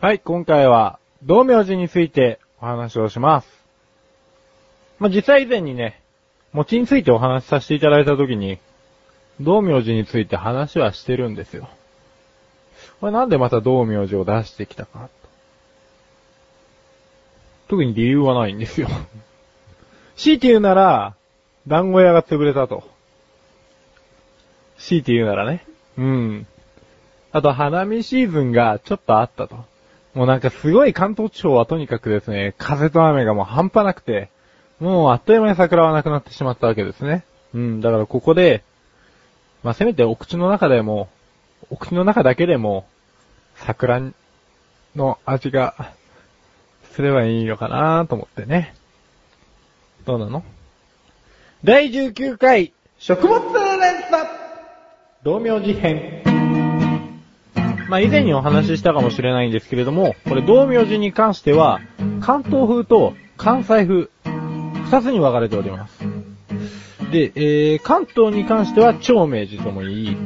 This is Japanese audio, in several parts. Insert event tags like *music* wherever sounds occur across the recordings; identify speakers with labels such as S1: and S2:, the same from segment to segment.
S1: はい、今回は、道明寺についてお話をします。まあ、実際以前にね、餅についてお話しさせていただいたときに、道明寺について話はしてるんですよ。これなんでまた道明寺を出してきたかと。特に理由はないんですよ。 *laughs* 強いて言うなら、団子屋が潰れたと。強いて言うならね。うん。あと、花見シーズンがちょっとあったと。もうなんかすごい関東地方はとにかくですね、風と雨がもう半端なくて、もうあっという間に桜はなくなってしまったわけですね。うん、だからここで、まあ、せめてお口の中でも、お口の中だけでも、桜の味が、すればいいのかなと思ってね。どうなの第19回、食物連鎖同名事変。まあ、以前にお話ししたかもしれないんですけれども、これ道明寺に関しては、関東風と関西風、二つに分かれております。で、えー、関東に関しては長明寺とも言い、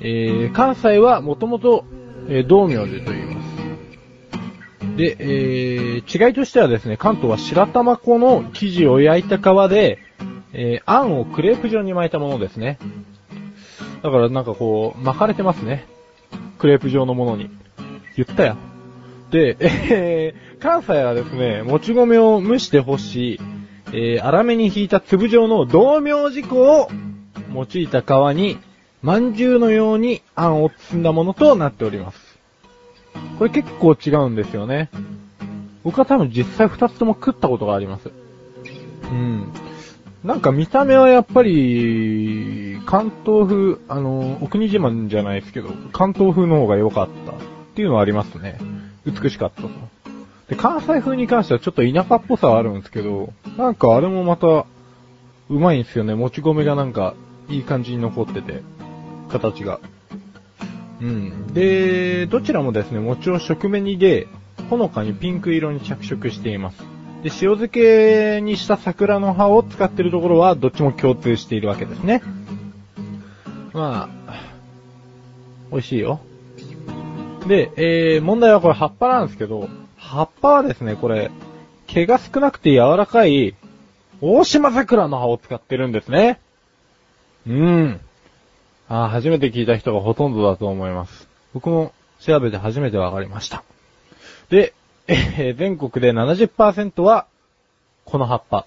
S1: えー、関西はもともと、えー道明寺と言います。で、えー、違いとしてはですね、関東は白玉粉の生地を焼いた皮で、えー、あんをクレープ状に巻いたものですね。だからなんかこう、巻かれてますね。クレープ状のものに。言ったよ。で、えー、関西はですね、もち米を蒸してほしい、えー、粗めに引いた粒状の同名事項を用いた皮に、饅頭のようにあんを包んだものとなっております。これ結構違うんですよね。僕は多分実際二つとも食ったことがあります。うん。なんか見た目はやっぱり、関東風、あの、お国自慢じゃないですけど、関東風の方が良かったっていうのはありますね。美しかったと。で、関西風に関してはちょっと田舎っぽさはあるんですけど、なんかあれもまた、うまいんですよね。もち米がなんか、いい感じに残ってて、形が。うん。で、どちらもですね、餅を食紅で、ほのかにピンク色に着色しています。で、塩漬けにした桜の葉を使ってるところは、どっちも共通しているわけですね。まあ、美味しいよ。で、えー、問題はこれ葉っぱなんですけど、葉っぱはですね、これ、毛が少なくて柔らかい、大島桜の葉を使ってるんですね。うん。あー初めて聞いた人がほとんどだと思います。僕も調べて初めてわかりました。で、えー全国で70%は、この葉っぱ。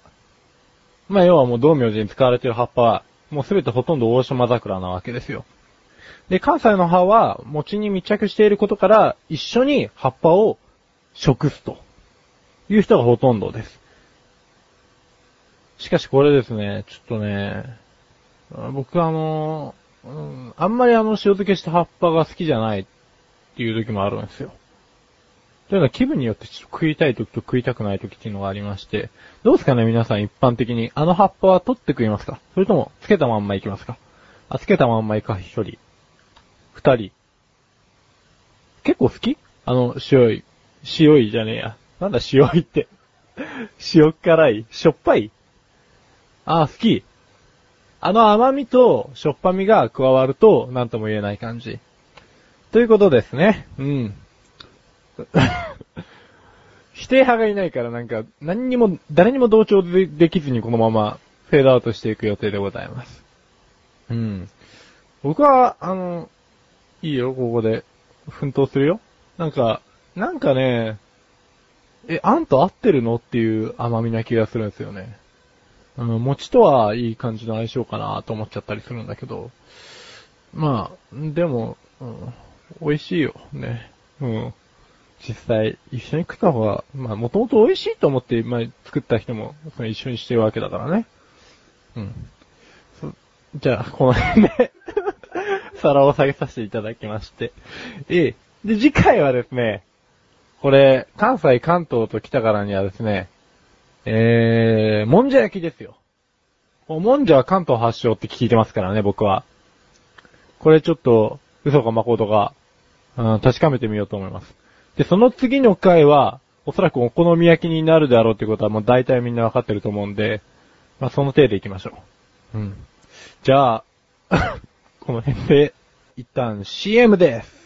S1: まあ、要はもう道明寺に使われている葉っぱは、もうすべてほとんど大島桜なわけですよ。で、関西の葉は、餅に密着していることから、一緒に葉っぱを食すと。いう人がほとんどです。しかしこれですね、ちょっとね、あ僕あの、うんあんまりあの塩漬けした葉っぱが好きじゃないっていう時もあるんですよ。というのは気分によって食いたい時と食いたくない時っていうのがありまして、どうですかね皆さん一般的に、あの葉っぱは取って食いますかそれとも、つけたまんまいきますかあ、つけたまんまいくか、一人。二人。結構好きあの、塩い。塩いじゃねえや。なんだ塩いって。 *laughs* 塩辛いしょっぱいあ、好き。あの甘みとしょっぱみが加わると、なんとも言えない感じ。ということですね。うん。 *laughs* 否定派がいないからなんか、何にも、誰にも同調でできずにこのままフェードアウトしていく予定でございます。うん。僕は、あの、いいよ、ここで。奮闘するよ。なんか、なんかね、え、あんと合ってるのっていう甘みな気がするんですよね。あの、餅とはいい感じの相性かなと思っちゃったりするんだけど。まあ、でも、うん、美味しいよ、ね。うん。実際、一緒に食った方が、まあ、もともと美味しいと思って、まあ、作った人も、その一緒にしてるわけだからね。うん。そじゃあ、この辺で、 *laughs* 皿を下げさせていただきまして。ええ。で、次回はですね、これ、関西、関東と来たからにはですね、えー、もんじゃ焼きですよ。もんじゃは関東発祥って聞いてますからね、僕は。これちょっと、嘘か誠か、うん、確かめてみようと思います。で、その次の回は、おそらくお好み焼きになるであろうってことはもう大体みんなわかってると思うんで、まあ、その程度行きましょう。うん。じゃあ、 *laughs* この辺で、一旦 CM です。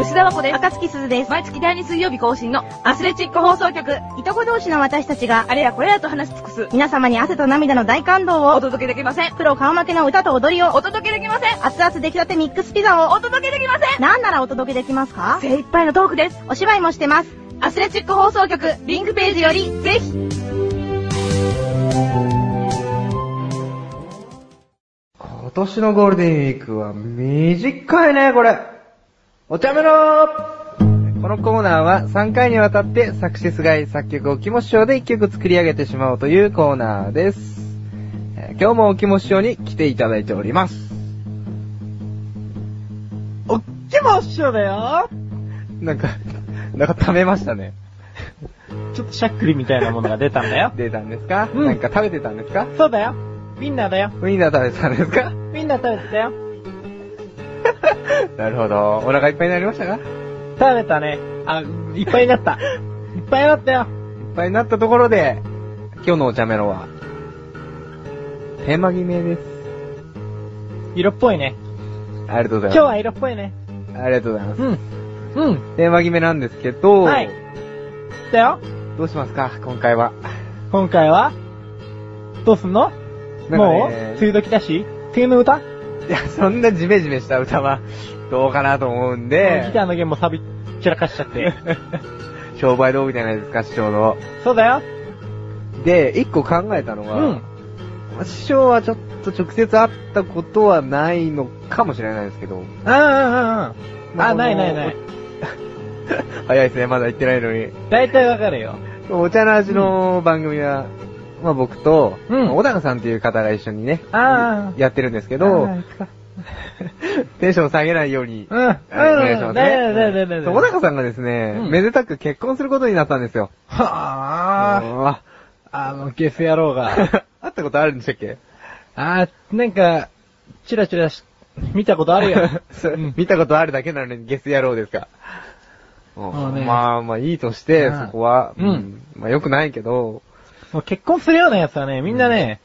S2: 吉田和子です。
S3: 赤月鈴です。
S2: 毎月第2水曜日更新のアスレチック放送局。
S3: いとこ同士の私たちが、
S2: あれやこれやと話し尽くす。
S3: 皆様に汗と涙の大感動
S2: お
S3: を、
S2: 届けできません。
S3: プロ顔負けの歌と踊りを、
S2: お届けできません。
S3: 熱々出来たてミックスピザを、
S2: お届けできません。
S3: なんならお届けできますか
S2: 精一杯のトークです。
S3: お芝居もしてます。
S2: アスレチック放送局、リンクページより、ぜひ。
S4: 今年のゴールデンウィークは短いね、これ。お茶目のこのコーナーは3回にわたって作詞すがい作曲おきも師匠で1曲作り上げてしまおうというコーナーです。えー今日もおきも師匠に来ていただいております。おきも師匠だよなんか、 *laughs* なんか溜めましたね。。
S1: ちょっとしゃっくりみたいなものが出たんだ *laughs* よ
S4: 出たんですか、
S1: うん
S4: なんか食べてたんですか
S1: そうだよ。みんなだよ。
S4: ウィンナー食べてたんですか
S1: みんな食べてたよ。
S4: *laughs* なるほど。お腹いっぱいになりましたか
S1: 食べたね。あ、いっぱいになった。いっぱいになったよ。
S4: いっぱいになったところで、今日のお茶メロは、テーマ決めです。
S1: 色っぽいね。
S4: ありがとうござ
S1: 今
S4: います。
S1: 日は色っぽいね。
S4: ありがとうございます。
S1: うん。うん。
S4: テーマ決めなんですけど、
S1: はいだよ。
S4: どうしますか今回は。 *laughs*
S1: 今回は、どうすんの
S4: なんかね
S1: もう、梅雨時だし、梅雨の歌、
S4: いや、そんなジメジメした歌は、 *laughs* どうかなと思うん
S1: ギタ
S4: で、
S1: ーの弦もサビ散らかしちゃっ
S4: *laughs*
S1: て。
S4: 商売道具じゃないですか、師匠の。
S1: そうだよ。
S4: で、一個考えたの
S1: う
S4: は、
S1: ん。
S4: まあ師匠はちょっと直接会ったことはないのかもしれないですけど、
S1: う
S4: *laughs*
S1: んうんうんうん。
S4: まあ
S1: あ、ないないない。
S4: 早いですね、まだ行ってないのに。
S1: だいたいわかるよ。
S4: お茶の味の番組は、まあ僕と、
S1: うん
S4: 小高さんっていう方が一緒にね、
S1: あー
S4: やってるんですけ
S1: け
S4: ど、
S1: うん。う
S4: テンション下げないように、
S1: ん。うん。
S4: お願いしますね。
S1: だいだいだいだいだい。
S4: そう小高さんがですね、
S1: うん
S4: めでたく結婚することになったんですよ。
S1: は
S4: うんあ
S1: あ、あの、ゲス野郎が。
S4: *laughs* 会ったことあるんでしたっけ
S1: あー、なんか、チラチラし、見たことあるよ。
S4: *laughs* そう
S1: うん
S4: 見たことあるだけなのにゲス野郎ですか。うん
S1: もうね
S4: まあまあいいとして、
S1: うん
S4: そこは、
S1: うん
S4: まあ良くないけど、
S1: もう結婚するようなやつはね、みんなね、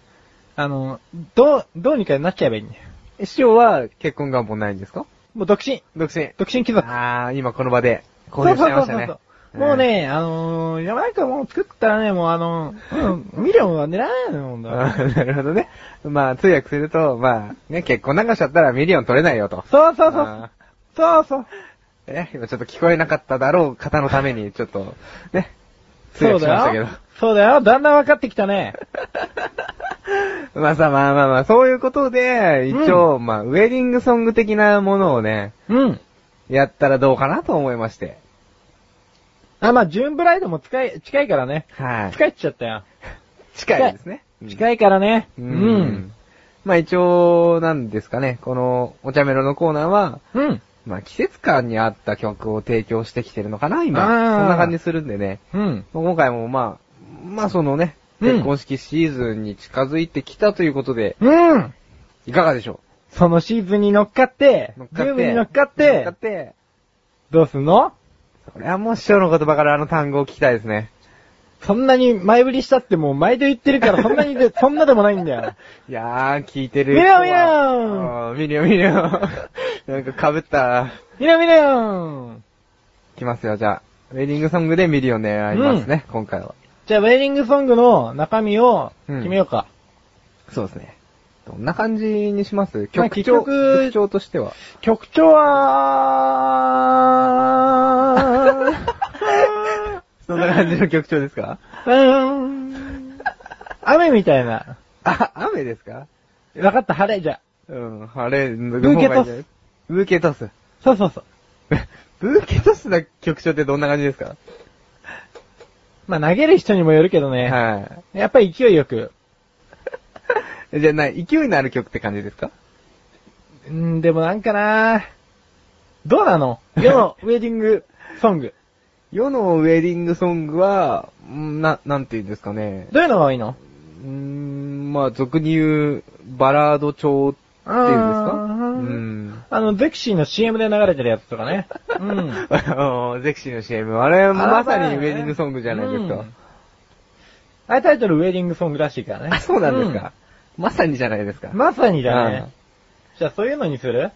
S1: あの、どう、どうにかなっちゃえばいいんだよ。
S4: 師匠は結婚願望ないんですか
S1: もう独身、
S4: 独身。
S1: 独身貴族。
S4: ああ、今この場で公表しちゃいましたね
S1: そうそうそう。そうもうね、あのー、山井くんもう作ったらね、もうあのー、
S4: *laughs*
S1: うん、ミリオンは狙えないのもんだ。
S4: あ *laughs* ーなるほどね。まあ、通訳すると、まあ、ね、結婚なんかしちゃったらミリオン取れないよと。
S1: そうそうそう。
S4: あ
S1: そうそう。
S4: ーね、今ちょっと聞こえなかっただろう方のために、ちょっと、ね、通訳しましたけど。
S1: そうだよ。だんだん分かってきたね。
S4: まあさ、まあまあまあ、そういうことで、一応、まあ、ウェディングソング的なものをね、
S1: うん。
S4: やったらどうかなと思いまして。
S1: あ、まあ、ジューンブライドも近い、近いからね。
S4: はい。
S1: 近いっちゃったよ。
S4: 近いですね。い。
S1: 近いからね。
S4: う
S1: うん
S4: ん。。まあ一応、なんですかね、この、お茶メロのコーナーは、
S1: うん。
S4: まあ季節感に合った曲を提供してきてるのかな、今。
S1: あー
S4: そんな感じするんでね。
S1: うん。
S4: 今回もまあ、まあそのね、
S1: うん
S4: 結婚式シーズンに近づいてきたということで、
S1: うん。
S4: いかがでしょ
S1: そのシーズンに乗っかって
S4: う、乗っか
S1: ジ
S4: って
S1: ューブに乗っかっ
S4: 乗ってかっ、て、
S1: どうすんの
S4: それはもう師匠の言葉からあの単語を聞きたいですね。
S1: そんなに前振りしたってもう毎度言ってるからそんなにで、そんなでもないんだよ。
S4: いやー、聞いてる
S1: 見ろ見ろ
S4: あー見るよ見るよ *laughs* なんか被った。
S1: みなみなよ
S4: きますよ、じゃあ。ウェディングソングでミリオン狙いますね、今回は。
S1: じゃあ、ウェディングソングの中身を決めようか。
S4: そうですね。どんな感じにします
S1: まあ
S4: 曲調、
S1: 結局
S4: 曲調としては。
S1: 曲調は、
S4: そんな感じの曲調ですか
S1: うーん *laughs* 雨みたいな。
S4: *laughs* あ、雨ですか
S1: わかった、晴れじゃ。
S4: うん、晴れ、ブ
S1: ーケトス。
S4: ブーケトス。 *laughs*
S1: そうそうそう。
S4: ブーケトスな曲調ってどんな感じですか
S1: まあ、投げる人にもよるけどね。
S4: は
S1: やっぱり勢いよく。
S4: い。 *laughs* じゃあな、勢いのある曲って感じですか
S1: うん、でもなんかなどうなの世 *laughs* のウェディングソング。
S4: 世のウェディングソングは、んな、なんて言うんですかね。
S1: どういうのが多いの
S4: うーん、まあ、俗に言う、バラード調っていうんで
S1: あ
S4: すか
S1: ー
S4: うん。
S1: あの、ゼクシーの CM で流れてるやつとかね。うん。
S4: あ *laughs* のゼクシーの CM、あれ、まさにウェディングソングじゃないです
S1: う
S4: か
S1: ん。あれタイトルウェディングソングらしいからね。
S4: あ、そうなんですか。まさにじゃないですか。
S1: うん。まさにだ
S4: う
S1: ね
S4: ん。
S1: じゃあそういうのにする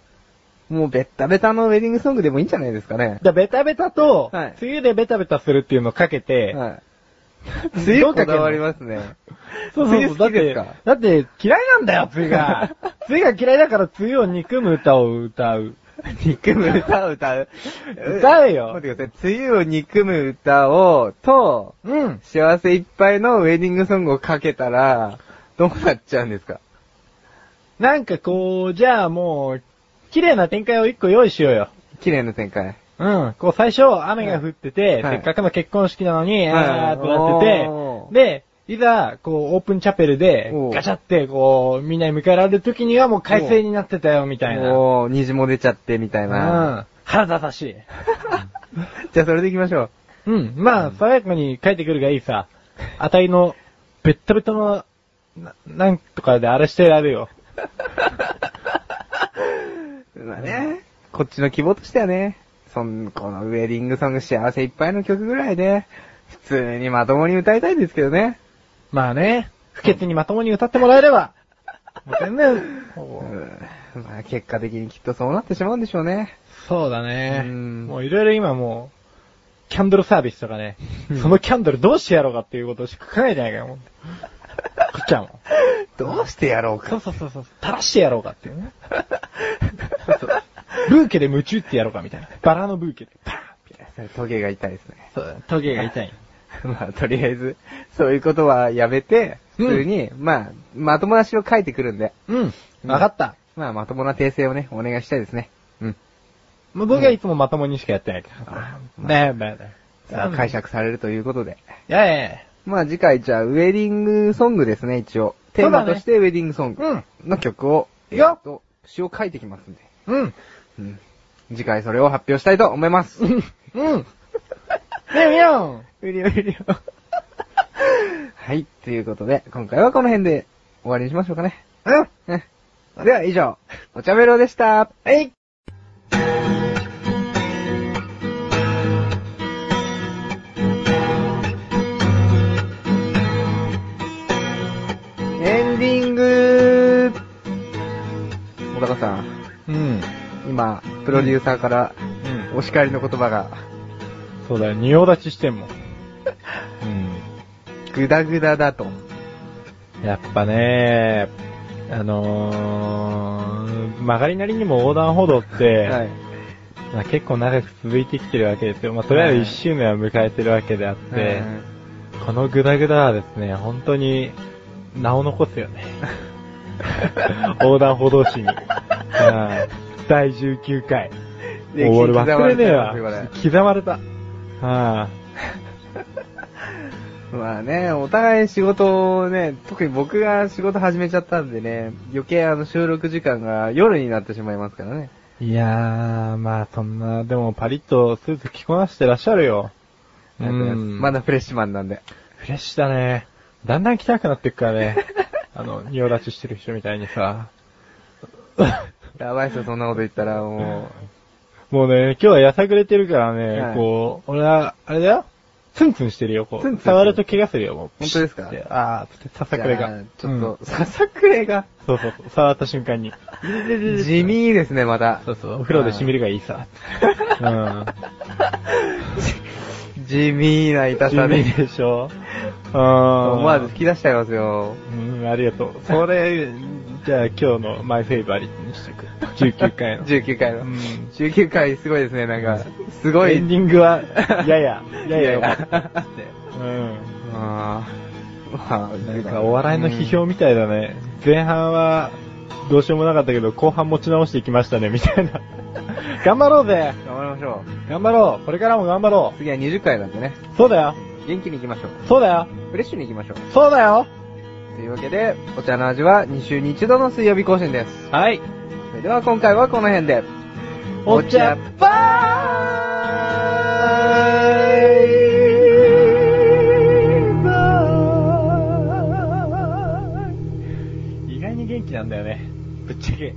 S4: もうベッタベタのウェディングソングでもいいんじゃないですかね。
S1: だベタベタと、
S4: はい
S1: 梅雨でベタベタするっていうのをかけて、
S4: はい。梅雨こだわりますね。
S1: そうそうそう。
S4: 梅
S1: だ
S4: 雨好
S1: っ
S4: きです
S1: て
S4: か、
S1: だって嫌いなんだよ、梅雨
S4: *laughs*
S1: が。梅雨が嫌いだから梅雨を憎む歌を歌う。
S4: 憎む歌を歌う。
S1: 歌えよ
S4: 待ってください。梅雨を憎む歌を、と、
S1: うん。
S4: 幸せいっぱいのウェディングソングをかけたら、どうなっちゃうんですか
S1: なんかこう、じゃあもう、綺麗な展開を一個用意しようよ。
S4: 綺麗な展開。
S1: うん。こう最初、雨が降ってて、
S4: は
S1: せ
S4: い
S1: っかくの結婚式なのに、
S4: はい
S1: あーってな
S4: お
S1: っ
S4: ー
S1: てて、で、いざ、こう、オープンチャペルで
S4: お、ー
S1: ガチャって、こう、みんなに迎えられる時にはもう快晴になってたよ、みたいな。
S4: もう、虹も出ちゃって、みたいうな。
S1: ん。腹立たしい。
S4: じゃあ、それで行きましょう。
S1: うん。まあ、爽やかに帰ってくるがいいさ。あたいの、べったべたの、な、なんとかであれしてやるよ。
S4: まあね、こっちの希望としてはね、そん、このウェディングソング幸せいっぱいの曲ぐらいで、普通にまともに歌いたいんですけどね。
S1: まあね、不潔にまともに歌ってもらえれ
S4: *laughs*
S1: ば。もう全然、こ
S4: う
S1: うん
S4: まあ結果的にきっとそうなってしまうんでしょうね。
S1: そうだね。
S4: うん
S1: もういろいろ今もう、キャンドルサービスとかね
S4: うん、
S1: そのキャンドルどうしてやろうかっていうことをしか考えてないからもう。こっちはもう。
S4: どうしてやろう
S1: そう
S4: か。
S1: そうそうそう。垂らしてやろうかっていうね。そうそうブーケで夢中ってやろうかみたいな。バラのブーケで。パーン
S4: それトゲが痛いですね。 *laughs*
S1: そうだね。トゲが痛い。
S4: まあとりあえず、そういうことはやめて、普通に、まあ、まともな詩を書いてくるんで、
S1: うん。わかった。
S4: まあまともな訂正をね、お願いしたいですね。うん。
S1: まあ僕はいつもまともにしかやってないから
S4: あ。
S1: だよだよだよ。
S4: さあ解釈されるということで。
S1: いやいやいや
S4: まあ次回じゃあウェディングソングですね、一応。テーマとしてウェディングソングの曲を、
S1: いや
S4: えっと、詩を書いてきますんで。
S1: うん。
S4: うん。次回それを発表したいと思います。
S1: うん。うん。ねえ、みよ
S4: 無理よ無理よ。はい、ということで、今回はこの辺で終わりにしましょうかね。うん。では以上、お茶メロでした。
S1: えい
S4: エンディング小高さん、
S1: うん。
S4: 今、プロデューサーから
S1: うん。
S4: お叱りの言葉が、
S1: そうだよ、仁王立ちしてんもん。う
S4: グダグダだと。
S1: ん。やっぱねあのー、曲がりなりにも横断歩道って、
S4: はい。
S1: まあ、結構長く続いてきてるわけですよ。まあ、とりあえず1周年は迎えてるわけであって、
S4: うん
S1: このグダグダはですね、本当に、名を残すよ *laughs* ね。横断歩道誌に。うん第19回。
S4: で
S1: もう俺忘れねえ
S4: 刻まれて
S1: わ
S4: ま。
S1: 刻まれた。あ
S4: まあね、お互い仕事をね、特に僕が仕事始めちゃったんでね、余計あの収録時間が夜になってしまいますからね。
S1: いやー、まあそんな、でもパリッとスーツ着こなしてらっしゃるよ。うん
S4: まだフレッシュマンなんで。
S1: フレッシュだね。だんだん着たくなってくから
S4: *laughs*
S1: ね。あの、仁王立ちしてる人みたいにさ。
S4: やばいっすよ、そんなこと言ったらも
S1: もうね、今日はやさぐれてるからね、
S4: はい
S1: こう、俺は、あれだよツンツンしてるよ、こう。
S4: ツンツン
S1: 触ると怪我するよ、もう。
S4: 本当ですか
S1: ピシッてあー、つ *laughs* って、さ
S4: う。
S1: さくれが。
S4: じゃあちょっ
S1: うん
S4: と、ささくれが。
S1: そうそうそう、触った瞬間に。
S4: 地味ですね、また。
S1: そうそう、お風呂で染みるがいい
S4: *laughs*
S1: さ。うん。
S4: 地味な痛
S1: 地
S4: さ
S1: 味
S4: で。
S1: でしょうん。
S4: 思わず吹き出しちゃいますよ。
S1: うん、ありがとう。それ、じゃあ今日のマイフェイバリットにしとく。19回 *laughs* の。
S4: 19回の。
S1: うん
S4: 19回すごいですね、なんか。すごい。
S1: エンディングは、やや、 *laughs* ややよかった。 *laughs*
S4: や。
S1: うん。
S4: あーまあ、
S1: なんかお笑いの批評みたいだね。前半はどうしようもなかったけど、後半持ち直していきましたね、みたい *laughs* な。頑張ろうぜ
S4: うん。頑張りましょ
S1: 頑張ろうこれからも頑張ろ
S4: う。次は20回なんでね。
S1: うそうだよ
S4: 元気に行きましょう。
S1: そうだよ
S4: フレッシュに行きましょう。
S1: そうだよ
S4: というわけで、お茶の味は2週に1度の水曜日更新です。
S1: はい。
S4: それでは今回はこの辺で。
S1: お茶
S4: バイバーイ
S1: 意外に元気なんだよね。ぶっちゃけ。